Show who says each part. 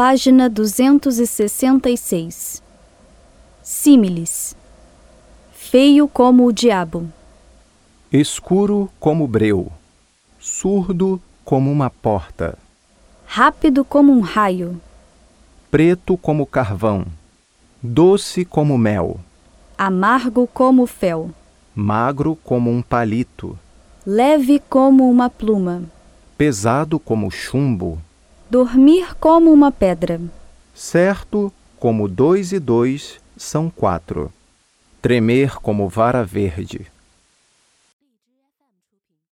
Speaker 1: página 266. Símiles. Feio como o diabo.
Speaker 2: Escuro como breu, surdo como uma porta,
Speaker 1: Rápido como um raio.
Speaker 2: preto como carvão, doce como mel,
Speaker 1: Amargo como o fel.
Speaker 2: magro como um palito,
Speaker 1: Leve como uma pluma.
Speaker 2: pesado como chumbo,
Speaker 1: Dormir como uma pedra.
Speaker 2: certo como dois e dois são quatro, tremer como vara verde.